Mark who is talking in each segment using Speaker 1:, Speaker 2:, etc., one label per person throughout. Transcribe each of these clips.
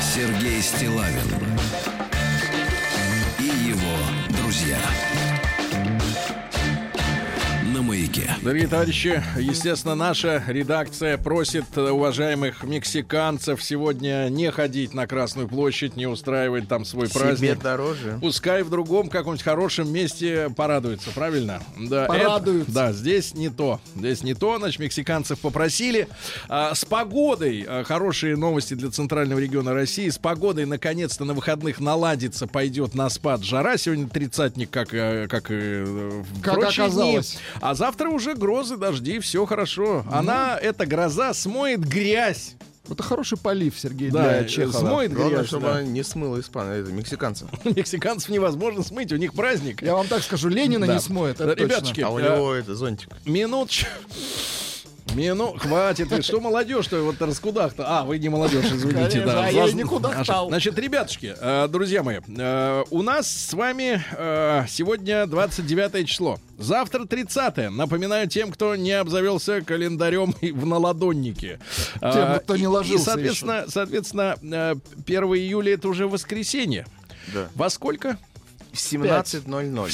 Speaker 1: Сергей Стилавин и его друзья. На маяке.
Speaker 2: Дорогие товарищи, естественно, наша редакция просит э, уважаемых мексиканцев сегодня не ходить на Красную площадь, не устраивать там свой праздник.
Speaker 3: Себе дороже.
Speaker 2: Пускай в другом каком-нибудь хорошем месте порадуются, правильно? Да,
Speaker 3: Порадуются.
Speaker 2: это- да, здесь не то. Здесь не то. Значит, мексиканцев попросили. А, с погодой а, хорошие новости для центрального региона России. С погодой наконец-то на выходных наладится, пойдет на спад жара. Сегодня тридцатник, как, э, как, э, в
Speaker 4: Как
Speaker 2: прочие дни.
Speaker 4: оказалось. Ну.
Speaker 2: А завтра уже грозы, дожди, все хорошо. Она, эта гроза, смоет грязь.
Speaker 4: Это хороший полив, Сергей,
Speaker 2: Да, э,
Speaker 4: для Чехова.
Speaker 2: смоет
Speaker 3: Главное,
Speaker 2: грязь.
Speaker 3: чтобы
Speaker 2: да.
Speaker 3: она не смыла испан, это мексиканцев.
Speaker 2: Мексиканцев невозможно смыть, у них праздник.
Speaker 4: Я вам так скажу, Ленина
Speaker 2: Да.
Speaker 4: не смоет. это
Speaker 2: Ребяточки,
Speaker 4: точно.
Speaker 3: А у
Speaker 2: Э,
Speaker 3: него это зонтик.
Speaker 2: Минут... Мину, хватит. Вы что молодежь-то вот раскудах-то? А, вы не молодежь, извините.
Speaker 4: Конечно,
Speaker 2: да.
Speaker 4: а я
Speaker 2: Заз-
Speaker 4: и не кудахтал.
Speaker 2: Значит, ребятушки, э, друзья мои, э, у нас с вами э, сегодня 29 число. Завтра 30 Напоминаю тем, кто не обзавелся календарем и в наладоннике. Э,
Speaker 4: Тем, кто не
Speaker 2: и- И,
Speaker 4: ложился
Speaker 2: соответственно, соответственно э, 1 июля это уже воскресенье.
Speaker 3: Да.
Speaker 2: Во сколько?
Speaker 3: В 17.00.
Speaker 2: 17:00.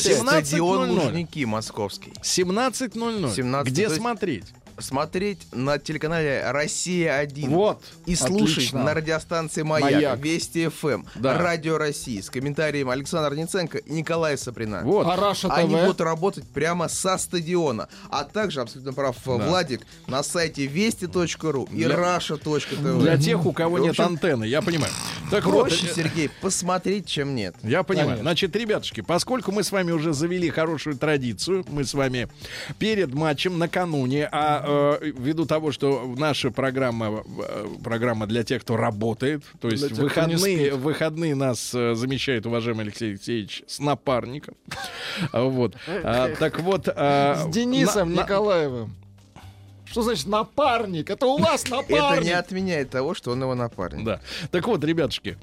Speaker 3: Стадион Лужники московский.
Speaker 2: 17.00.
Speaker 3: 17,
Speaker 2: Где
Speaker 3: то есть-
Speaker 2: смотреть?
Speaker 3: Смотреть на телеканале «Россия-1».
Speaker 2: Вот.
Speaker 3: И слушать
Speaker 4: Отлично.
Speaker 3: на радиостанции «Маяк»,
Speaker 4: «Маяк».
Speaker 3: «Вести ФМ»,
Speaker 2: Да.
Speaker 3: «Радио России» с комментарием Александра Ниценко и Николая Саприна.
Speaker 2: Вот.
Speaker 4: А Раша ТВ?
Speaker 3: Они будут работать прямо со стадиона. А также, абсолютно прав э, Владик, на сайте вести.ру и rasha.tv.
Speaker 2: Для тех, у кого
Speaker 3: В
Speaker 2: нет
Speaker 3: общем,
Speaker 2: антенны, я понимаю. Так вот, э,
Speaker 3: Проще, Сергей, посмотреть, чем нет.
Speaker 2: я понимаю.
Speaker 4: Конечно.
Speaker 2: Значит, ребятушки, поскольку мы с вами уже завели хорошую традицию, мы с вами перед матчем накануне, а э, ввиду того, что наша программа э, программа для тех, кто работает, то есть
Speaker 4: тех, кто не
Speaker 2: выходные, выходные нас э, замещает уважаемый Алексей Алексеевич с напарником. А, Вот. А, Так вот.
Speaker 4: Э,
Speaker 2: а,
Speaker 4: С Денисом Николаевым. Что значит напарник? Это у вас
Speaker 3: Это не
Speaker 4: напарник.
Speaker 3: отменяет того, что он его напарник.
Speaker 2: Да. Так вот, ребятушки.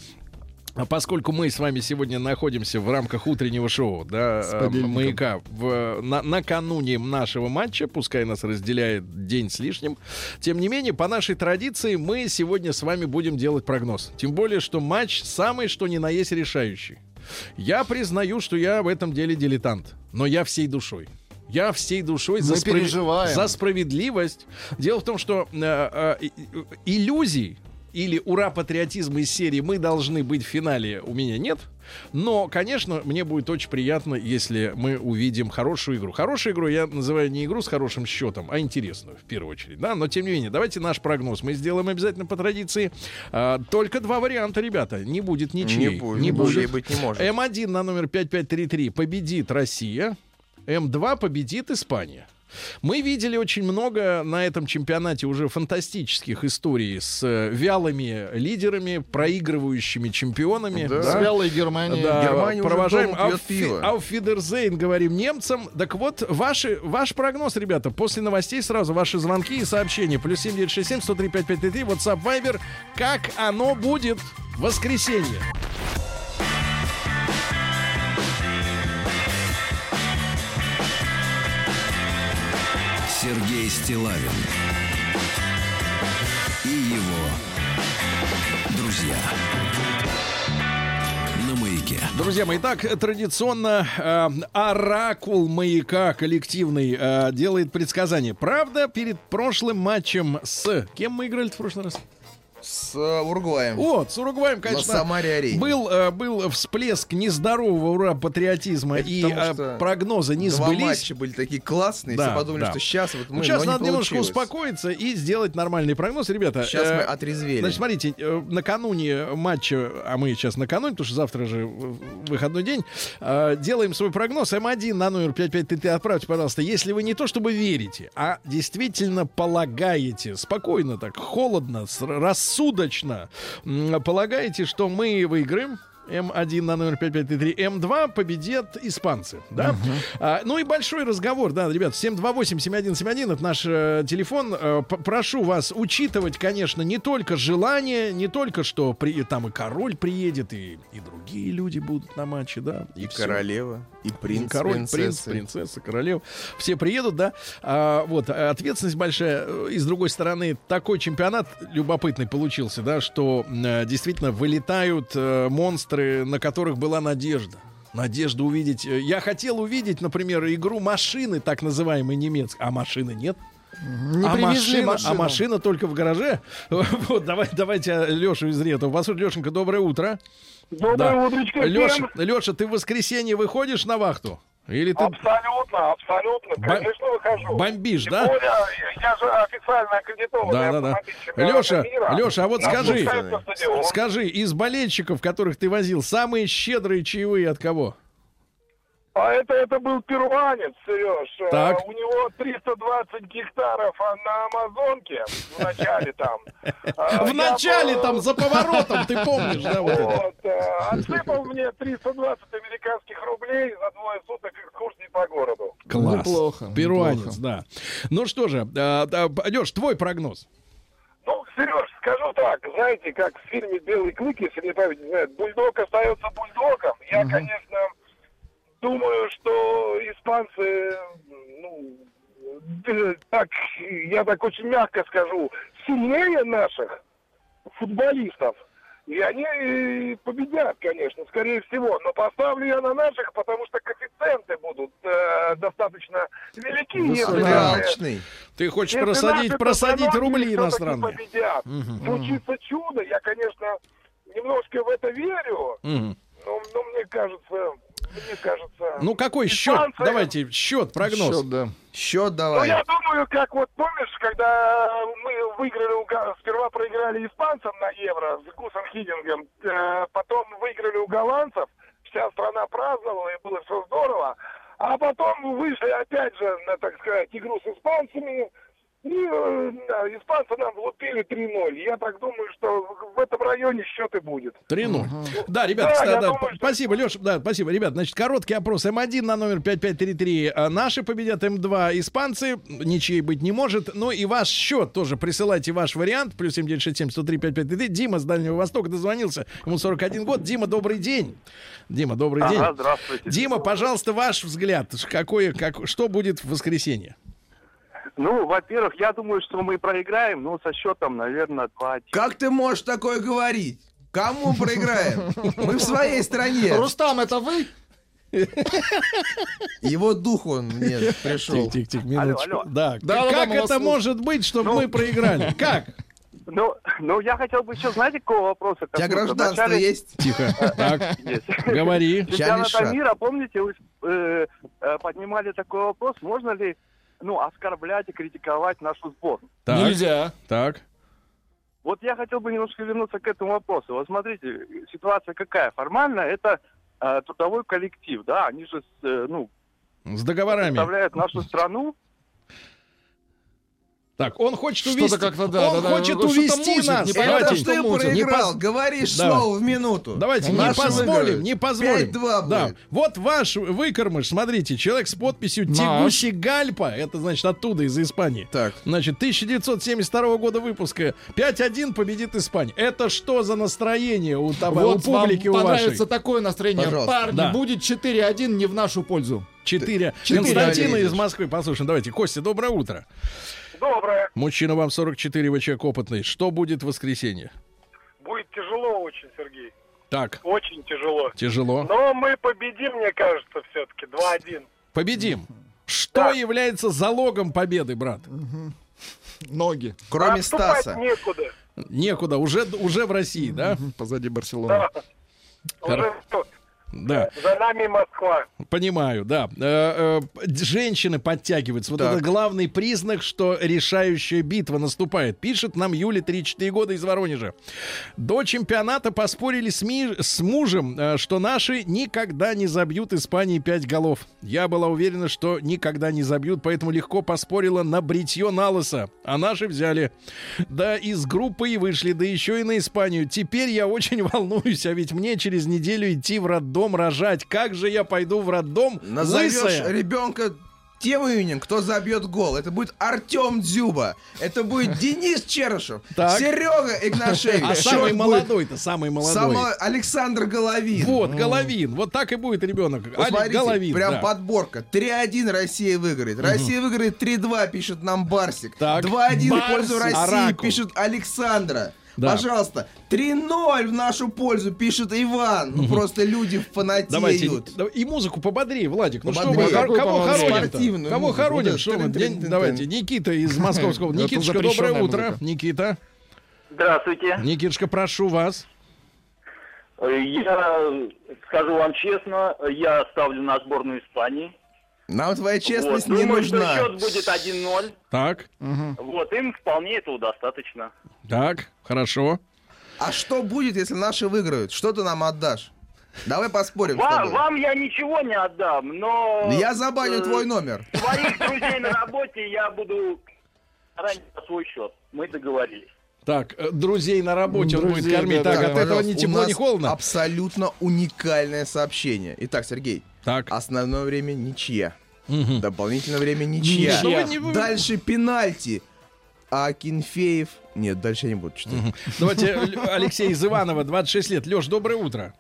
Speaker 2: а Поскольку мы с вами сегодня находимся в рамках утреннего шоу, да, э,
Speaker 4: подельником.
Speaker 2: маяка, в, на- накануне нашего матча, пускай нас разделяет день с лишним, тем не менее, по нашей традиции мы сегодня с вами будем делать прогноз. Тем более, что матч самый, что ни на есть решающий. Я признаю, что я в этом деле дилетант, но я всей душой. Я всей душой за,
Speaker 4: Мы переживаем.
Speaker 2: за справедливость. Дело в том, что э, э, и- и- иллюзий или ура патриотизма из серии мы должны быть в финале у меня нет. Но, конечно, мне будет очень приятно, если мы увидим хорошую игру. Хорошую игру я называю не игру с хорошим счетом, а интересную в первую очередь. Да? Но, тем не менее, давайте наш прогноз мы сделаем обязательно по традиции. А, только два варианта, ребята. Не будет ничьей.
Speaker 3: Не будет. Ничьей быть не может.
Speaker 2: М1 на номер 5533 победит Россия. М2 победит Испания. Мы видели очень много на этом чемпионате уже фантастических историй с э, вялыми лидерами, проигрывающими чемпионами.
Speaker 3: Да.
Speaker 4: С
Speaker 2: да.
Speaker 4: вялой Германией.
Speaker 2: Да,
Speaker 3: Германия уже
Speaker 2: провожаем
Speaker 3: дома пьет
Speaker 2: Auf-
Speaker 3: пиво.
Speaker 2: Auf Wiedersehen, говорим немцам. Так вот, ваши, ваш прогноз, ребята, после новостей сразу ваши звонки и сообщения. Плюс 7967 103 5533, WhatsApp, Viber. Как оно будет в воскресенье?
Speaker 1: Сергей Стилавин и его друзья на маяке.
Speaker 2: Друзья мои, так традиционно э, оракул маяка коллективный э, делает предсказание. Правда, перед прошлым матчем с кем мы играли в прошлый раз?
Speaker 3: С э, Уругваем.
Speaker 2: О, с Уругваем, конечно.
Speaker 3: Самаре-арене.
Speaker 2: Был, э, был всплеск нездорового ура патриотизма
Speaker 3: Это
Speaker 2: и
Speaker 3: потому,
Speaker 2: э,
Speaker 3: что
Speaker 2: прогнозы не
Speaker 3: Два
Speaker 2: сбылись.
Speaker 3: матча были такие классные,
Speaker 2: Да,
Speaker 3: все подумали,
Speaker 2: да.
Speaker 3: что сейчас вот мы,
Speaker 2: Ну, сейчас
Speaker 3: но не
Speaker 2: надо немножко
Speaker 3: получилось.
Speaker 2: успокоиться и сделать нормальный прогноз, ребята.
Speaker 3: Сейчас
Speaker 2: э,
Speaker 3: мы отрезвели.
Speaker 2: Значит, смотрите, э, накануне матча, а мы сейчас накануне, потому что завтра же в- выходной день, э, делаем свой прогноз. М1 на номер 5533 отправьте, пожалуйста. Если вы не то чтобы верите, а действительно полагаете, спокойно так, холодно, с- рассудочно м, полагаете, что мы выиграем, М1 на номер 5533, М2 победят испанцы. Да? А, ну и большой разговор, да, ребят, 728-7171, это наш э, телефон. Э, п- прошу вас учитывать, конечно, не только желание, не только что при, там и король приедет, и, и другие люди будут на матче, да.
Speaker 3: И
Speaker 2: всё.
Speaker 3: королева, и принц,
Speaker 2: король, принц,
Speaker 3: принцессы.
Speaker 2: принцесса, королева. Все приедут, да. А, вот, а ответственность большая. И с другой стороны, такой чемпионат любопытный получился, да, что м, э, действительно вылетают э, монстры, на которых была надежда. Надежда увидеть. э, Я хотел увидеть, например, игру машины, так называемой немецкой, а машины нет.
Speaker 4: Не
Speaker 2: а,
Speaker 4: привезли
Speaker 2: машина,
Speaker 4: машину.
Speaker 2: а машина только в гараже. Вот, давай, давайте Лешу из Ретова. Послушай, Лешенька, доброе утро.
Speaker 5: Доброе
Speaker 2: Да.
Speaker 5: утречко всем. А,
Speaker 2: Леша, Леша, ты в воскресенье выходишь на вахту? Или ты
Speaker 5: Абсолютно, абсолютно.
Speaker 2: Ба-
Speaker 5: Конечно, выхожу.
Speaker 2: бомбишь,
Speaker 5: Тем
Speaker 2: да?
Speaker 5: более, я же официально аккредитованный
Speaker 2: Да, да, да.
Speaker 5: автомобиль чемпионата
Speaker 2: Леша,
Speaker 5: мира.
Speaker 2: Леша, а вот
Speaker 5: Нас
Speaker 2: скажи,
Speaker 5: пускают на стадион.
Speaker 2: скажи, из болельщиков, которых ты возил, самые щедрые чаевые от кого?
Speaker 5: А это, это был перуанец, Сереж. Э,
Speaker 2: Так.
Speaker 5: У него 320 гектаров а, на Амазонке в начале там. А,
Speaker 2: В
Speaker 5: я
Speaker 2: начале
Speaker 5: был-
Speaker 2: там за поворотом, ты помнишь, да, вот это?
Speaker 5: Вот, э, отсыпал мне 320 американских рублей за двое суток экскурсии по городу.
Speaker 2: Класс.
Speaker 4: Неплохо,
Speaker 2: Перуанец,
Speaker 4: неплохо.
Speaker 2: да. Ну что же, Леш, твой прогноз.
Speaker 5: Ну, Сереж, скажу так, знаете, как в фильме «Белый клык», если мне память не знает, бульдог остается бульдогом. Я, конечно, думаю, что испанцы, ну, э, так, я так очень мягко скажу, сильнее наших футболистов. И они э, победят, конечно, скорее всего. Но поставлю я на наших, потому что коэффициенты будут э, достаточно велики. если наши-
Speaker 3: Алчный.
Speaker 2: Ты хочешь
Speaker 5: если
Speaker 2: просадить,
Speaker 5: наши
Speaker 2: просадить
Speaker 5: постановки
Speaker 2: рубли
Speaker 5: всё-таки
Speaker 2: иностранные?
Speaker 5: победят. типа Случится чудо, я, конечно, немножко в это верю,
Speaker 2: Мгм.
Speaker 5: но, но мне кажется, мне кажется...
Speaker 2: Ну какой счет?
Speaker 5: Испанцы-
Speaker 2: Давайте счет, прогноз.
Speaker 4: Счет, да.
Speaker 3: Счет
Speaker 5: Ну,
Speaker 3: давай.
Speaker 5: я думаю, как вот помнишь, когда мы выиграли, у Га- сперва проиграли испанцам на Евро с Гусом Хидингом, э, потом выиграли у голландцев, вся страна праздновала, и было все здорово, а потом вышли опять же, на, так сказать, игру с испанцами, и э, да, испанцы нам влупили 3-0. Я так думаю, что в- в этом районе счет и будет.
Speaker 2: 3-0. Да, ребят,
Speaker 5: Да,
Speaker 2: кстати,
Speaker 5: я
Speaker 2: да,
Speaker 5: думаю,
Speaker 2: п-
Speaker 5: что-
Speaker 2: спасибо, Леша, да, спасибо. Ребят, значит, короткий опрос. М1 на номер 5533. А Наши победят М2 испанцы. Ничьей быть не может. Ну и ваш счет тоже. Присылайте ваш вариант. Плюс 7967 Дима с Дальнего Востока дозвонился. Ему 41 год. Дима, добрый день. Дима, добрый день.
Speaker 5: здравствуйте.
Speaker 2: Дима, пожалуйста, ваш взгляд. Какое, как, что будет в воскресенье?
Speaker 5: Ну, во-первых, я думаю, что мы проиграем, ну, со счетом, наверное, 2
Speaker 3: Как ты можешь такое говорить? Кому проиграем? Мы в своей стране.
Speaker 4: Рустам, это вы?
Speaker 3: Его дух он мне пришел.
Speaker 2: Тихо-тихо-тихо, минуточку.
Speaker 5: алло.
Speaker 2: Да.
Speaker 4: Да, да, да,
Speaker 2: как
Speaker 4: мы вас
Speaker 2: это
Speaker 4: слушаем.
Speaker 2: может быть, чтобы мы проиграли? Как?
Speaker 5: Ну, ну, я хотел бы еще, знаете, какого вопроса?
Speaker 3: У тебя
Speaker 5: коснуться?
Speaker 3: гражданство
Speaker 5: Вначале
Speaker 3: есть?
Speaker 2: Тихо. Так,
Speaker 5: есть.
Speaker 2: говори.
Speaker 3: Чемпионата
Speaker 5: Чемпионата мира, помните, вы э, э, поднимали такой вопрос, можно ли ну, оскорблять и критиковать наш сбор.
Speaker 2: Так,
Speaker 4: Нельзя.
Speaker 2: так.
Speaker 5: Вот я хотел бы немножко вернуться к этому вопросу. Вот смотрите, ситуация какая? Формально это э, трудовой коллектив, да, они же с, э, ну,
Speaker 2: С договорами.
Speaker 5: представляют нашу страну.
Speaker 2: Так, он хочет
Speaker 4: Что-то
Speaker 2: увести.
Speaker 4: как-то, да, ну,
Speaker 2: он
Speaker 4: да, да,
Speaker 2: хочет
Speaker 4: что-то
Speaker 2: увести
Speaker 4: мутит,
Speaker 2: нас.
Speaker 4: непонятно,
Speaker 2: Давайте,
Speaker 3: Это
Speaker 4: что
Speaker 3: ты
Speaker 4: мутит. Не
Speaker 3: проиграл, говоришь
Speaker 2: Да.
Speaker 3: слово в минуту.
Speaker 2: давайте, не
Speaker 3: Наши
Speaker 2: позволим,
Speaker 3: выиграют.
Speaker 2: не позволим.
Speaker 3: 5-2
Speaker 2: Да.
Speaker 3: будет.
Speaker 2: Вот ваш выкормыш, смотрите, человек с подписью
Speaker 4: Наш.
Speaker 2: Тегуси-Гальпа, это значит оттуда, из Испании.
Speaker 3: Так.
Speaker 2: Значит, 1972 года выпуска. 5-1 победит Испания. Это что за настроение у, там,
Speaker 4: вот
Speaker 2: у публики у
Speaker 4: вам
Speaker 2: вашей?
Speaker 4: понравится такое настроение.
Speaker 3: Пожалуйста.
Speaker 4: Парни,
Speaker 2: Да.
Speaker 4: будет 4-1 не в нашу пользу.
Speaker 2: Четыре.
Speaker 4: Четыре
Speaker 2: Константина
Speaker 3: оленя.
Speaker 2: из Москвы. Послушаем, давайте. Костя, доброе утро.
Speaker 5: Доброе.
Speaker 2: Мужчина вам 44, вы человек опытный. Что будет в воскресенье?
Speaker 5: Будет тяжело очень, Сергей.
Speaker 2: Так,
Speaker 5: Очень тяжело.
Speaker 2: тяжело.
Speaker 3: Ну.
Speaker 5: Но мы победим, мне кажется, все-таки 2-1.
Speaker 2: Победим. Что
Speaker 5: Да.
Speaker 2: является залогом победы, брат?
Speaker 4: Ноги
Speaker 3: Кроме
Speaker 5: Отступать
Speaker 3: Стаса.
Speaker 5: некуда.
Speaker 2: Некуда, уже, уже в России, да?
Speaker 4: позади Барселоны.
Speaker 5: Уже,
Speaker 2: Да,
Speaker 5: За нами Москва.
Speaker 2: понимаю, да. Э, э, д- женщины подтягиваются. Вот
Speaker 3: Так.
Speaker 2: это главный признак, что решающая битва наступает. Пишет нам Юля 34 года из Воронежа. До чемпионата поспорили с, ми- с мужем, э, что наши никогда не забьют Испании 5 голов. Я была уверена, что никогда не забьют, поэтому легко поспорила на бритье налоса. А наши взяли. Да, из группы и вышли, да еще и на Испанию. Теперь я очень волнуюсь, а ведь мне через неделю идти в роддом рожать. Как же я пойду в роддом?
Speaker 3: Назовешь
Speaker 2: лысая?
Speaker 3: ребенка тем именем, кто забьет гол. Это будет Артем Дзюба. Это будет Денис Черышев.
Speaker 2: Так.
Speaker 3: Серега Игнашевич.
Speaker 2: А самый
Speaker 3: Чёрт будет.
Speaker 2: молодой-то, самый молодой.
Speaker 3: Само- Александр Головин.
Speaker 2: Вот, Головин. Вот так и будет ребенок.
Speaker 3: Вот
Speaker 2: Алик
Speaker 3: смотрите,
Speaker 2: Головин.
Speaker 3: прям
Speaker 2: да.
Speaker 3: подборка. 3-1 Россия выиграет. Россия выиграет 3-2, пишет нам Барсик.
Speaker 2: Так.
Speaker 3: 2-1 в
Speaker 2: Барсик.
Speaker 3: пользу России,
Speaker 2: Оракул.
Speaker 3: пишет Александра.
Speaker 2: Да.
Speaker 3: Пожалуйста, 3-0 в нашу пользу, пишет Иван. Ну просто люди фанатеют.
Speaker 2: Давайте да- и музыку пободрее, Владик. Ну что
Speaker 3: Пободрее.
Speaker 2: вы, хор-
Speaker 4: Какую
Speaker 2: кого
Speaker 4: пободрее?
Speaker 2: хороним?
Speaker 3: Спортивную
Speaker 2: Кого
Speaker 3: музыку.
Speaker 2: хороним?
Speaker 3: Вот это
Speaker 2: Что вы?
Speaker 3: трын-трын-трын-трын.
Speaker 2: День- Давайте, Никита из московского.
Speaker 4: Это
Speaker 2: Никитушка,
Speaker 4: запрещенная
Speaker 2: доброе утро.
Speaker 4: музыка.
Speaker 2: Никита,
Speaker 6: Здравствуйте.
Speaker 2: Никитушка, прошу вас.
Speaker 6: Э, Я скажу вам честно, я ставлю на сборную Испании.
Speaker 3: Нам твоя честность
Speaker 6: Вот.
Speaker 3: не
Speaker 6: Думаю,
Speaker 3: нужна.
Speaker 6: что счет будет 1-0.
Speaker 2: Так,
Speaker 6: Вот, им вполне этого достаточно.
Speaker 2: так, хорошо.
Speaker 3: А что будет, если наши выиграют? Что ты нам отдашь? Давай поспорим. с
Speaker 6: Ва-
Speaker 3: тобой.
Speaker 6: вам я ничего не отдам, но...
Speaker 3: Я забаню
Speaker 6: э,
Speaker 3: твой номер.
Speaker 6: Своих друзей на работе я буду ранить на свой счет. Мы договорились.
Speaker 2: Так, э, друзей на работе он будет
Speaker 4: Друзей,
Speaker 2: кормить.
Speaker 4: да,
Speaker 2: Так,
Speaker 4: да,
Speaker 2: от этого
Speaker 3: пожалуйста,
Speaker 2: ни
Speaker 3: у
Speaker 2: тепло,
Speaker 3: нас
Speaker 2: ни холодно.
Speaker 3: Абсолютно уникальное сообщение. Итак, Сергей,
Speaker 2: Так,
Speaker 3: основное время ничья.
Speaker 2: мгм.
Speaker 3: Дополнительное время ничья.
Speaker 2: Что вы не-
Speaker 3: Дальше пенальти. А Кенфеев... Нет, дальше я не буду читать.
Speaker 2: Давайте Л- Алексей из Иванова, 26 лет. Леш, доброе утро.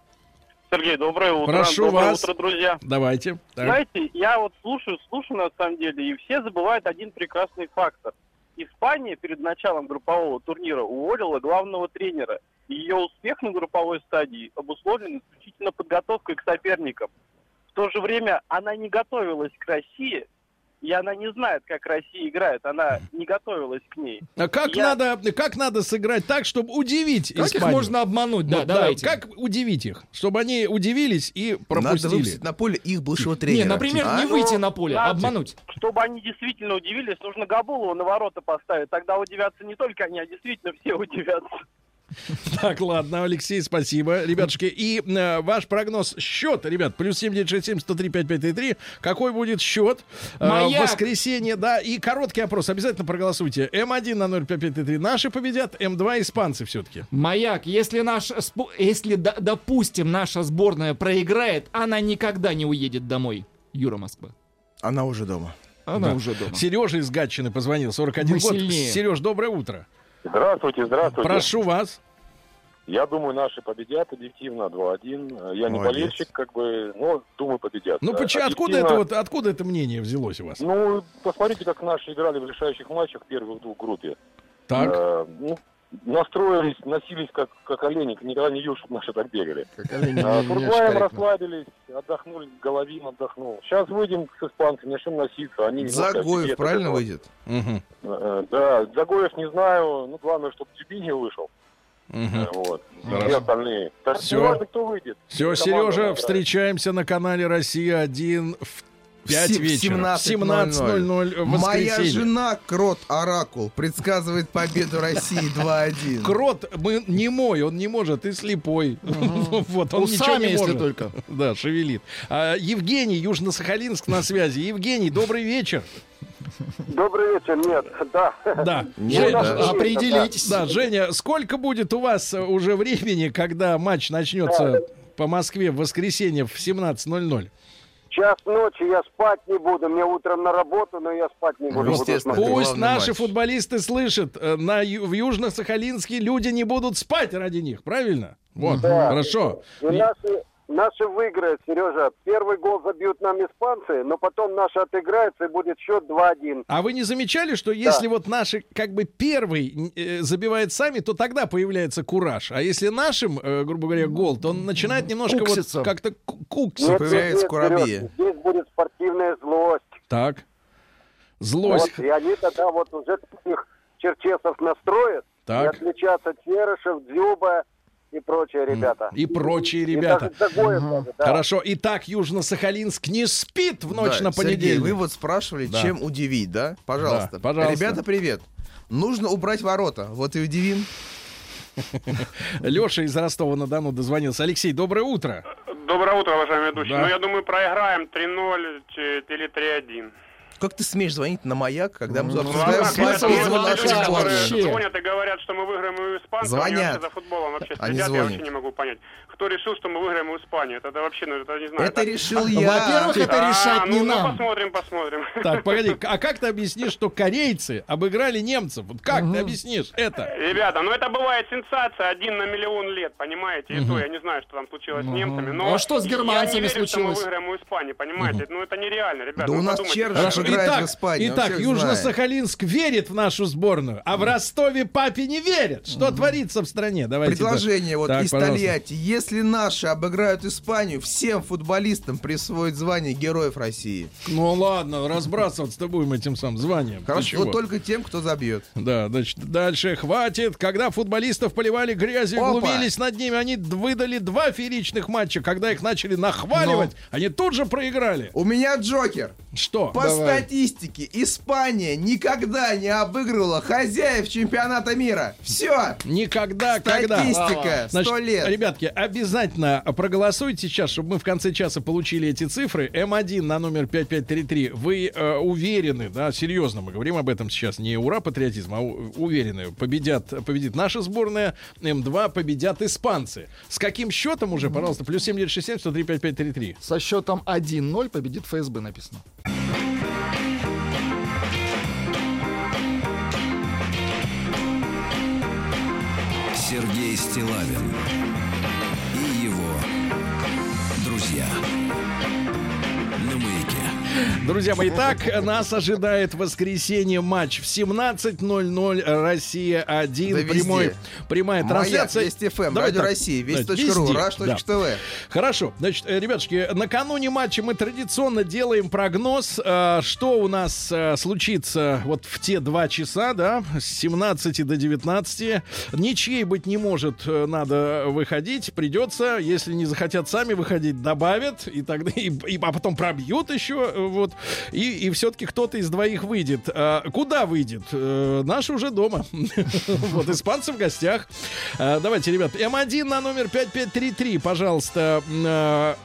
Speaker 7: Сергей, доброе утро.
Speaker 2: Прошу
Speaker 7: доброе
Speaker 2: вас.
Speaker 7: утро, друзья.
Speaker 2: Давайте. Так.
Speaker 7: Знаете, я вот слушаю, слушаю на самом деле, и все забывают один прекрасный фактор. Испания перед началом группового турнира уволила главного тренера. И Ее успех на групповой стадии обусловлен исключительно подготовкой к соперникам. В то же время она не готовилась к России, и она не знает, как Россия играет. Она не готовилась к ней.
Speaker 2: А Как
Speaker 7: Я-
Speaker 2: надо, как надо сыграть так, чтобы удивить
Speaker 4: Как их
Speaker 2: Испанию?
Speaker 4: можно обмануть? Да,
Speaker 2: Вот, да,
Speaker 4: давайте.
Speaker 2: Как удивить их? Чтобы они удивились и
Speaker 3: Надо
Speaker 2: пропустили.
Speaker 3: выпустить на поле их бывшего тренера.
Speaker 4: Не, например,
Speaker 3: А?
Speaker 4: не выйти на поле,
Speaker 7: Да.
Speaker 4: а обмануть.
Speaker 7: Чтобы они действительно удивились, нужно Габулова на ворота поставить. Тогда удивятся не только они, а действительно все удивятся.
Speaker 2: Так, ладно, Алексей, спасибо, ребятушки. И э, ваш прогноз счет, ребят, плюс 7967-103-5533. Какой будет счет? Э,
Speaker 4: Маяк.
Speaker 2: в воскресенье, да. И короткий опрос. Обязательно проголосуйте. М1 на 0553 наши победят, М2 испанцы все-таки.
Speaker 4: Маяк, если, наш, спо- если до- допустим, наша сборная проиграет, она никогда не уедет домой. Юра Москва.
Speaker 3: Она уже дома.
Speaker 4: Она уже дома.
Speaker 2: Сережа из Гатчины позвонил, 41
Speaker 4: Мы
Speaker 2: год.
Speaker 4: сильнее.
Speaker 2: Сереж, доброе утро.
Speaker 8: Здравствуйте, здравствуйте.
Speaker 2: Прошу вас.
Speaker 8: Я думаю, наши победят объективно 2-1. Я не
Speaker 3: Молодец.
Speaker 8: болельщик, как бы, но думаю, победят.
Speaker 2: Ну,
Speaker 8: Э,
Speaker 2: почему, откуда это
Speaker 8: объективно-
Speaker 2: вот, откуда это мнение взялось у вас?
Speaker 8: Ну, посмотрите, как наши играли в решающих матчах первых двух группе.
Speaker 2: Так.
Speaker 8: Э, ну, настроились, носились как, как олени, никогда не видел, чтобы наши так бегали. А, С Уругваем расслабились, отдохнули, Головин отдохнул. Сейчас выйдем с испанцами, начнем носиться. Они а немножко
Speaker 3: Загоев
Speaker 8: офигеют от
Speaker 3: правильно
Speaker 8: этого.
Speaker 3: выйдет?
Speaker 2: Мгм,
Speaker 8: Э, Да, Загоев не знаю, ну, главное, чтобы Тюбини вышел.
Speaker 2: мгм.
Speaker 8: Э, Вот. И
Speaker 2: Хорошо.
Speaker 8: остальные. Так,
Speaker 2: Всё.
Speaker 8: неважно, кто выйдет.
Speaker 2: Все,
Speaker 8: Команда
Speaker 2: Сережа,
Speaker 8: набрала.
Speaker 2: встречаемся на канале Россия-1 в 5
Speaker 3: В се- в
Speaker 2: вечера. В
Speaker 3: 17:00.
Speaker 2: 17.00 в
Speaker 3: Моя
Speaker 2: воскресенье.
Speaker 3: жена, Крот Оракул, предсказывает победу России 2-1.
Speaker 2: Крот, мы не мой, он не может, и слепой. Вот, он ничего
Speaker 4: Усами,
Speaker 2: не
Speaker 4: если
Speaker 2: может.
Speaker 4: только.
Speaker 2: Да, шевелит. А, Евгений, Южно-Сахалинск на связи. Евгений, добрый вечер.
Speaker 5: Добрый вечер, нет, да.
Speaker 2: Да.
Speaker 3: Нет,
Speaker 2: Жень-
Speaker 3: да.
Speaker 4: Определитесь.
Speaker 2: Да, Женя, сколько будет у вас э, уже времени, когда матч начнется по Москве в воскресенье в 17.00?
Speaker 5: Час ночи я спать не буду, мне утром на работу, но я спать не буду.
Speaker 3: Естественно. Это
Speaker 2: Пусть
Speaker 3: главный
Speaker 2: наши
Speaker 3: матч.
Speaker 2: футболисты слышат, э, на, ю- в Южно-Сахалинске люди не будут спать ради них, правильно? Вот, хорошо.
Speaker 5: И наши, наши выиграют, Сережа. Первый гол забьют нам испанцы, но потом наши отыграются и будет счет 2-1.
Speaker 2: А вы не замечали, что если вот наши как бы первый э, забивает сами, то тогда появляется кураж. А если нашим, э, грубо говоря, гол, то он начинает немножко
Speaker 4: Куксится.
Speaker 2: вот как-то ку- куксить.
Speaker 5: Нет,
Speaker 3: появляется
Speaker 5: нет,
Speaker 3: Курабье.
Speaker 5: Сереж, Здесь будет спортивная злость.
Speaker 2: Так. Злость.
Speaker 5: Вот, и они тогда вот уже таких черчесов настроят.
Speaker 2: Так.
Speaker 5: И отличатся Черышев, Дзюба,
Speaker 9: и прочие ребята.
Speaker 2: И прочие
Speaker 9: И
Speaker 2: ребята.
Speaker 9: даже Загоев даже, да.
Speaker 2: Хорошо. Итак, Южно-Сахалинск не спит в ночь
Speaker 3: Да,
Speaker 2: на
Speaker 3: Сергей,
Speaker 2: понедельник.
Speaker 3: вы вот спрашивали,
Speaker 2: Да.
Speaker 3: чем удивить, да? Пожалуйста.
Speaker 2: Да, пожалуйста.
Speaker 3: Ребята, привет. Нужно убрать ворота. Вот и удивим.
Speaker 2: Леша из Ростова-на-Дону дозвонился. Алексей, доброе утро.
Speaker 10: Доброе утро, уважаемые ведущие.
Speaker 2: Да.
Speaker 10: Ну, я думаю, проиграем 3-0 ч- или 3-1.
Speaker 3: Как ты смеешь звонить на маяк, когда мы
Speaker 4: Ну,
Speaker 3: обсуждаем
Speaker 4: звонок,
Speaker 3: с вами
Speaker 4: смысл
Speaker 3: тему
Speaker 4: звонка
Speaker 3: нашей
Speaker 10: Люди, которые
Speaker 3: планы?
Speaker 4: вообще.
Speaker 10: звонят и говорят, что мы выиграем у испанцев, они
Speaker 3: Звонят.
Speaker 10: вообще за футболом вообще
Speaker 3: Они
Speaker 10: следят, я
Speaker 3: звонят.
Speaker 10: вообще не могу понять. Кто решил, что мы выиграем у Испании? Это, это вообще, ну, это не знаю.
Speaker 3: Это решил я.
Speaker 4: Во-первых, это
Speaker 10: А,
Speaker 4: решать
Speaker 10: ну,
Speaker 4: не
Speaker 10: ну,
Speaker 4: нам.
Speaker 10: посмотрим, посмотрим.
Speaker 2: Так, погоди, а как ты объяснишь, что корейцы обыграли немцев? Вот как ты объяснишь это?
Speaker 10: Ребята, ну это бывает сенсация один на миллион лет, понимаете? И то я не знаю, что там случилось с немцами. Но
Speaker 4: А что с
Speaker 10: я
Speaker 4: германцами
Speaker 10: не верю,
Speaker 4: случилось?
Speaker 10: Что мы выиграем у Испании, понимаете? Ну это нереально, ребята.
Speaker 3: Да
Speaker 10: ну,
Speaker 3: у нас
Speaker 10: подумайте.
Speaker 3: Черж
Speaker 2: Хорошо,
Speaker 3: играет
Speaker 2: итак,
Speaker 3: в Испании. он
Speaker 2: итак
Speaker 3: всех знает.
Speaker 2: Южно-Сахалинск верит в нашу сборную, а в Ростове папе не верят. Что творится в стране? Давайте. да.
Speaker 3: Предложение вот
Speaker 2: Так,
Speaker 3: из
Speaker 2: пожалуйста.
Speaker 3: Тольятти. Если наши обыграют Испанию, всем футболистам присвоят звание Героев России.
Speaker 2: Ну ладно, разбрасываться с тобой этим самым званием. Ты
Speaker 3: Хорошо,
Speaker 2: чего?
Speaker 3: вот только тем, кто забьет.
Speaker 2: Да, значит, дальше хватит. Когда футболистов поливали грязью и
Speaker 3: Опа.
Speaker 2: глумились над ними, они д- выдали два фееричных матча. Когда их начали нахваливать, они тут же проиграли.
Speaker 3: У меня Джокер.
Speaker 2: Что?
Speaker 3: По статистике, Испания никогда не обыгрывала хозяев чемпионата мира. Все.
Speaker 2: Никогда, когда. А,
Speaker 3: Статистика.
Speaker 2: Значит,
Speaker 3: Сто лет.
Speaker 2: ребятки, обязательно проголосуйте сейчас, чтобы мы в конце часа получили эти цифры. М1 на номер 5533. Вы э, уверены, да, серьезно, мы говорим об этом сейчас, не ура патриотизм, а у- уверены, победят, победит наша сборная, М2 победят испанцы. С каким счетом уже, пожалуйста, плюс 7967 103 5533.
Speaker 11: Со счетом 1-0 победит ФСБ, написано.
Speaker 1: Сергей Стилавин и его друзья на маяке.
Speaker 2: Друзья мои, так нас ожидает воскресенье матч в 17.00 Россия-1.
Speaker 3: Да везде.
Speaker 2: прямой, прямая
Speaker 3: Маяк,
Speaker 2: трансляция.
Speaker 3: Вести ФМ,
Speaker 2: Давай
Speaker 3: Радио
Speaker 2: так.
Speaker 3: России,
Speaker 2: Да,
Speaker 3: Вести.ру,
Speaker 2: везде, да.
Speaker 3: Rush.tv.
Speaker 2: Хорошо. Значит, э, ребятушки, накануне матча мы традиционно делаем прогноз, э, что у нас э, случится вот в те два часа, да, с 17 до 19. Ничьей быть не может, э, надо выходить, придется. Если не захотят сами выходить, добавят, и тогда, и, и- а потом пробьют еще, э, вот. И, и все-таки кто-то из двоих выйдет. Э, Куда выйдет? Э, Наши уже дома. Вот, испанцы в гостях. Э, Давайте, ребят, М1 на номер 5533, пожалуйста. м, э,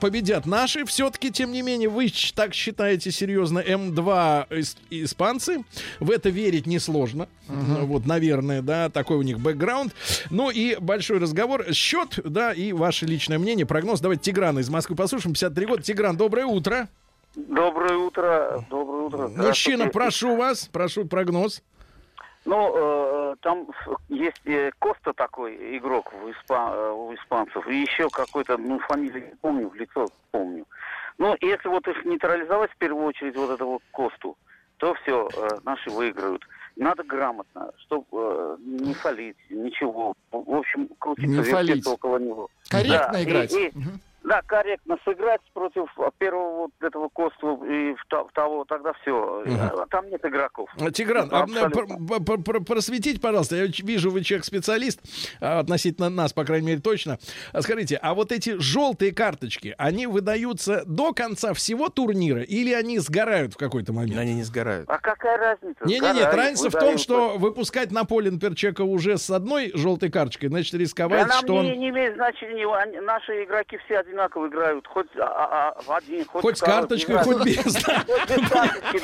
Speaker 2: Победят наши. Все-таки, тем не менее, вы щ- так считаете серьезно. М2 ис- испанцы. В это верить несложно. Ну, Вот, наверное, да, такой у них бэкграунд. Ну и большой разговор. Счет, да, и ваше личное мнение, прогноз. Давайте Тиграна из Москвы послушаем. 53 года. Тигран, доброе утро.
Speaker 9: Доброе утро, доброе утро.
Speaker 2: Мужчина,
Speaker 9: Здравствуйте.
Speaker 2: прошу вас, прошу прогноз.
Speaker 9: Ну, э, там ф- есть э, Коста такой игрок у, испа- э, у испанцев, и еще какой-то, ну, фамилию не помню, в лицо помню. Ну, если вот их нейтрализовать в первую очередь, вот этого Косту, то все, наши выиграют. Надо грамотно, чтобы не фалить, ничего. В в общем,
Speaker 4: Не
Speaker 9: крутиться,
Speaker 4: фалить.
Speaker 9: вертеться около него.
Speaker 4: Корректно
Speaker 9: Да, и-
Speaker 4: играть.
Speaker 9: и-
Speaker 4: Мгм.
Speaker 9: Да, корректно сыграть против а, первого вот этого Косту и в то- того, тогда все.
Speaker 2: Мгм.
Speaker 9: Там нет игроков. Ну,
Speaker 2: А, Тигран, а, м,
Speaker 9: Абсолютно.
Speaker 2: пр- пр- пр- просветите, пожалуйста, я ч- вижу, вы человек-специалист, а, относительно нас, по крайней мере, точно. А Скажите, а вот эти желтые карточки, они выдаются до конца всего турнира или они сгорают в какой-то момент?
Speaker 3: Они не сгорают.
Speaker 9: А какая разница?
Speaker 2: Не, не, нет,
Speaker 9: Сгорает,
Speaker 2: разница в том,
Speaker 9: выдают.
Speaker 2: что выпускать на поле, например, человека уже с одной желтой карточкой, значит,
Speaker 9: Да
Speaker 2: рисковать,
Speaker 9: нам
Speaker 2: что он...
Speaker 9: не, не имеет значения, они- наши игроки все одинаково играют, хоть а, а, а, в один, хоть,
Speaker 2: Хоть с карточкой, хоть без. Да.
Speaker 9: Хоть без карточки,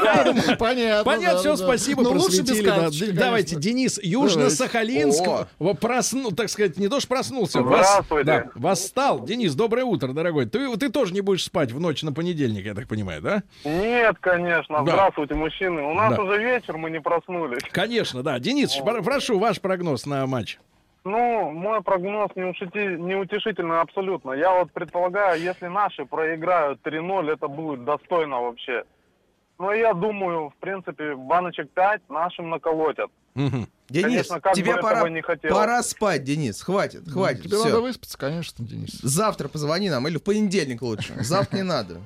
Speaker 11: Понятно.
Speaker 9: да.
Speaker 2: Понятно,
Speaker 11: А, ну да,
Speaker 2: все,
Speaker 11: да, да.
Speaker 2: спасибо,
Speaker 4: Ну,
Speaker 11: Но лучше без
Speaker 2: просветили. да.
Speaker 11: карточки,
Speaker 2: Д-
Speaker 11: конечно.
Speaker 2: Давайте, Денис, Южно-Сахалинск,
Speaker 3: О.
Speaker 2: во- просну, так сказать, не то что проснулся, вос-
Speaker 7: Здравствуйте.
Speaker 2: да, восстал. Денис, доброе утро, дорогой. Ты, ты тоже не будешь спать в ночь на понедельник, я так понимаю, да?
Speaker 10: Нет, конечно.
Speaker 2: Да.
Speaker 10: Здравствуйте, мужчины. У нас
Speaker 2: Да.
Speaker 10: уже вечер, мы не проснулись.
Speaker 2: Конечно, да. Денис, пр- прошу, ваш прогноз на матч.
Speaker 10: Ну, мой прогноз неушити- неутешительный абсолютно. Я вот предполагаю, если наши проиграют 3-0, это будет достойно вообще.
Speaker 12: но я думаю, в принципе, баночек 5 нашим наколотят.
Speaker 2: Мгм.
Speaker 3: Денис,
Speaker 12: Конечно, как
Speaker 3: тебе
Speaker 12: бы
Speaker 3: пора,
Speaker 12: этого не хотелось.
Speaker 3: пора спать, Денис.
Speaker 2: Ну,
Speaker 3: Хватит, хватит.
Speaker 4: Ну, Тебе
Speaker 3: всё.
Speaker 4: надо выспаться, конечно, Денис.
Speaker 3: Завтра позвони нам, или в понедельник лучше. Завтра не надо.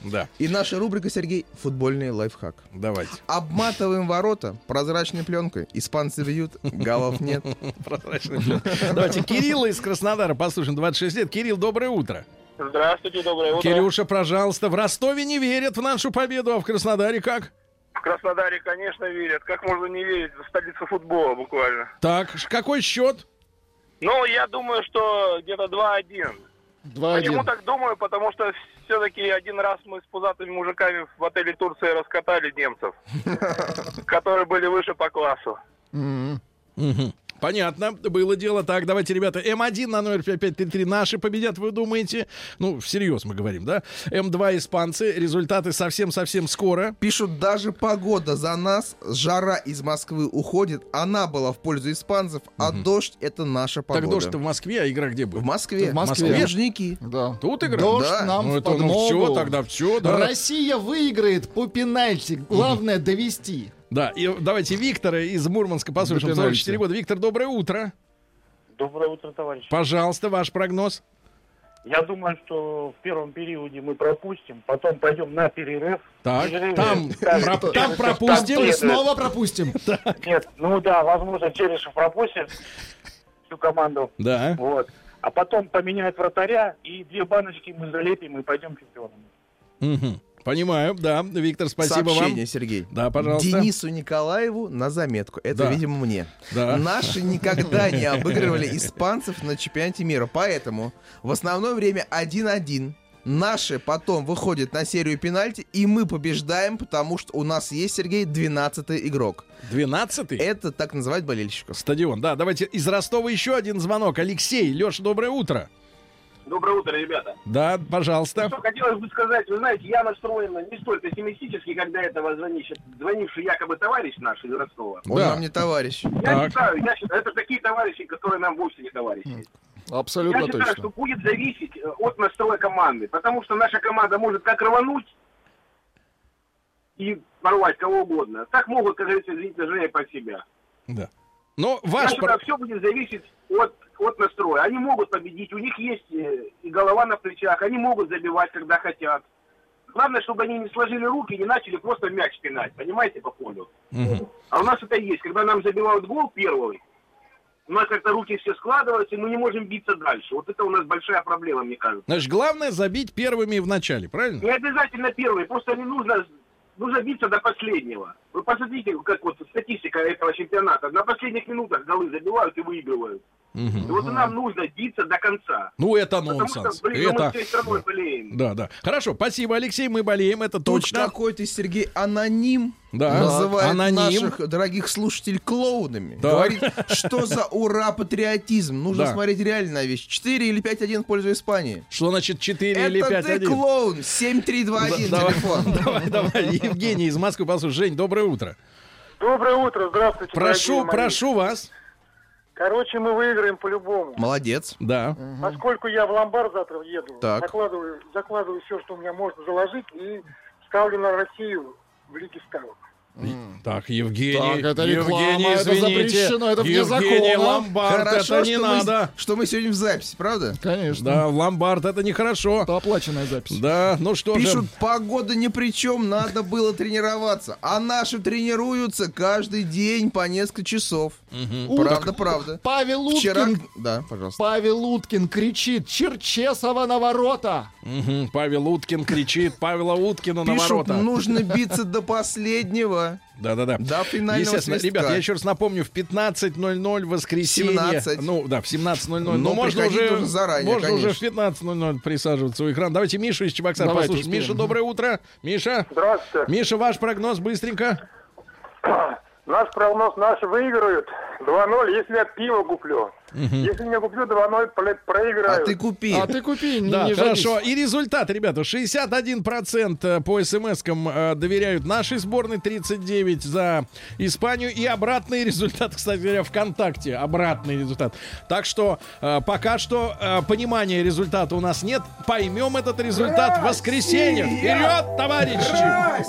Speaker 2: Да.
Speaker 3: И наша рубрика, Сергей, футбольный лайфхак.
Speaker 2: Давайте.
Speaker 3: Обматываем ворота прозрачной пленкой. Испанцы бьют, голов нет.
Speaker 2: Прозрачный блин. Давайте Кирилла из Краснодара послушаем, 26 лет. Кирилл, доброе утро.
Speaker 5: Здравствуйте, доброе
Speaker 10: Ну
Speaker 5: утро.
Speaker 2: Кирюша, пожалуйста, в Ростове не верят в нашу победу, а в Краснодаре как?
Speaker 5: В Краснодаре, конечно, верят. Как можно не верить? Это столица футбола буквально.
Speaker 2: Так, ш- какой счет?
Speaker 5: Ну, я думаю, что где-то 2-1. Почему так думаю? Потому что все-таки один раз мы с пузатыми мужиками в отеле Турции раскатали немцев, которые были выше по классу.
Speaker 2: Мгм. Понятно, было дело. Так, давайте, ребята, М1 на номер 5533 наши победят, вы думаете? Ну, всерьез мы говорим, да? М2 испанцы, результаты совсем-совсем скоро.
Speaker 3: Пишут, даже погода за нас, жара из Москвы уходит, она была в пользу испанцев, а дождь это наша погода.
Speaker 2: Так дождь-то в Москве, а игра где будет? В
Speaker 3: Москве.
Speaker 4: В Москве.
Speaker 3: Лужники.
Speaker 4: Да.
Speaker 2: Тут игра?
Speaker 4: Дождь
Speaker 2: Да.
Speaker 4: нам
Speaker 2: Ну,
Speaker 4: в
Speaker 2: это, ну,
Speaker 4: подмогу.
Speaker 2: всё, тогда всё, да.
Speaker 4: Россия выиграет по пенальти. Главное довести.
Speaker 2: Да, и давайте Виктора из Мурманска послушаем.
Speaker 4: До пенальти.
Speaker 2: 44 года. Виктор, доброе утро.
Speaker 13: Доброе утро, товарищи.
Speaker 2: Пожалуйста, ваш прогноз.
Speaker 13: Я думаю, что в первом периоде мы пропустим, потом пойдем на перерыв.
Speaker 2: Так,
Speaker 13: Перерыв-
Speaker 2: там про- там пропустим и снова
Speaker 4: пропустим.
Speaker 13: Нет, ну да, возможно, Черешев пропустит всю команду.
Speaker 2: Да.
Speaker 13: Вот. А потом поменяют вратаря, и две баночки мы залепим и пойдем чемпионом.
Speaker 2: Мгм. Понимаю, да. Виктор, спасибо
Speaker 3: Сообщение,
Speaker 2: вам.
Speaker 3: Сергей.
Speaker 2: Да, пожалуйста.
Speaker 3: Денису Николаеву на заметку. Это,
Speaker 2: Да.
Speaker 3: видимо, мне.
Speaker 2: Да.
Speaker 3: Наши никогда не обыгрывали испанцев на чемпионате мира. Поэтому в основное время 1-1. Наши потом выходят на серию пенальти, и мы побеждаем, потому что у нас есть, Сергей, 12-й игрок.
Speaker 2: 12-й?
Speaker 3: Это так называют болельщиков.
Speaker 2: Стадион, да. Давайте из Ростова еще один звонок. Алексей, Леша, доброе утро.
Speaker 5: Доброе утро, ребята.
Speaker 2: Да, пожалуйста.
Speaker 5: Что хотелось бы сказать, вы знаете, я настроен не столь пессимистически, когда это звонивший, звонивший якобы товарищ наш из Ростова.
Speaker 3: Он нам не товарищ.
Speaker 5: Я считаю, я считаю, это такие товарищи, которые нам вовсе не товарищи.
Speaker 4: Абсолютно
Speaker 5: я считаю,
Speaker 4: точно.
Speaker 5: что будет зависеть э, от настроя команды, потому что наша команда может как рвануть и порвать кого угодно, так могут, как говорится, извините, жалея по себя.
Speaker 2: Да. Но ваш...
Speaker 5: Значит, все будет зависеть от, от настроя. Они могут победить, у них есть э, и голова на плечах, они могут забивать, когда хотят. Главное, чтобы они не сложили руки и не начали просто мяч пинать, понимаете, по полю.
Speaker 2: Мгм.
Speaker 5: А у нас это есть. Когда нам забивают гол первый, у нас как-то руки все складываются, и мы не можем биться дальше. Вот это у нас большая проблема, мне кажется.
Speaker 2: Значит, главное забить первыми в начале, правильно?
Speaker 5: Не Ну, обязательно первый, просто не нужно, нужно биться до последнего. Вы посмотрите, как вот статистика этого чемпионата. На последних минутах голы забивают и выигрывают.
Speaker 2: Мгм.
Speaker 5: И вот нам нужно биться до конца.
Speaker 2: Ну, это
Speaker 5: Потому что,
Speaker 2: нонсенс.
Speaker 5: блин, ну, мы
Speaker 2: Это...
Speaker 5: всей страной болеем.
Speaker 2: Да, да. Хорошо, спасибо, Алексей, мы болеем, это точно.
Speaker 3: какой-то, Сергей, аноним.
Speaker 2: Да.
Speaker 3: Называет
Speaker 2: Аноним.
Speaker 3: наших дорогих слушателей клоунами.
Speaker 2: Да.
Speaker 3: Говорит, что за ура патриотизм. Нужно
Speaker 2: Да.
Speaker 3: смотреть реально на вещь. 4 или 5-1 в пользу Испании.
Speaker 2: Что значит 4
Speaker 3: Это
Speaker 2: или 5
Speaker 3: ты клоун. 7321
Speaker 2: Да, давай.
Speaker 3: телефон.
Speaker 2: Давай, давай. Евгений из Москвы, послушай. Жень, доброе утро.
Speaker 14: Доброе утро, здравствуйте.
Speaker 2: Прошу,
Speaker 14: дорогие мои.
Speaker 2: прошу вас.
Speaker 14: Короче, мы выиграем по-любому.
Speaker 3: Молодец.
Speaker 2: Да.
Speaker 14: Поскольку я в ломбард завтра еду,
Speaker 2: Так.
Speaker 14: закладываю, закладываю все, что у меня можно заложить, и ставлю на Россию в Лиге ставок.
Speaker 2: Так, Евгений.
Speaker 4: Так, это реклама,
Speaker 2: Евгений,
Speaker 4: это
Speaker 2: извините.
Speaker 4: запрещено, это вне
Speaker 2: Евгений
Speaker 4: закона.
Speaker 2: Ломбард,
Speaker 4: Хорошо,
Speaker 2: это не
Speaker 4: что мы-
Speaker 2: надо.
Speaker 3: что мы сегодня в записи, правда?
Speaker 4: Конечно.
Speaker 2: Да, в ломбард это нехорошо. Это
Speaker 4: оплаченная запись.
Speaker 2: Да, ну что же.
Speaker 3: Пишут, погода ни при чем, надо было тренироваться. А наши тренируются каждый день по несколько часов. Правда,
Speaker 4: Утка.
Speaker 3: правда.
Speaker 4: Павел Уткин.
Speaker 3: Вчера... Да, пожалуйста.
Speaker 4: Павел Уткин кричит Черчесова на ворота.
Speaker 2: Мгм, Павел Уткин кричит Павла Уткина на
Speaker 3: Пишут, ну,
Speaker 2: ворота.
Speaker 3: нужно биться до последнего.
Speaker 2: Да-да-да.
Speaker 3: До финального
Speaker 2: Естественно,
Speaker 3: свистка.
Speaker 2: ребят, я еще раз напомню, в 15.00 воскресенье.
Speaker 3: 17.
Speaker 2: Ну, да, в 17.00.
Speaker 3: Но
Speaker 2: Но Ну, можно
Speaker 3: приходить
Speaker 2: уже,
Speaker 3: нужно Ну, заранее,
Speaker 2: можно уже в
Speaker 3: конечно.
Speaker 2: 15.00 присаживаться у экрана. Давайте Мишу из Чебоксар
Speaker 14: Давайте,
Speaker 2: послушаем.
Speaker 14: успеем.
Speaker 2: Миша, доброе утро. Миша.
Speaker 14: Здравствуйте.
Speaker 2: Миша, ваш прогноз быстренько.
Speaker 14: Наш прогноз, наши выиграют.
Speaker 15: 2-0, если я пиво куплю. Если не куплю 2-0, блядь, проиграю.
Speaker 3: купи.
Speaker 15: А ты купи, не-
Speaker 2: Да,
Speaker 15: не жались.
Speaker 2: хорошо. И результат, ребята, 61% по смс-кам э, доверяют нашей сборной, 39% за Испанию. И обратный результат, кстати говоря, ВКонтакте. Обратный результат. Так что э, пока что э, понимания результата у нас нет. Поймем этот результат в воскресенье. Вперед, товарищи!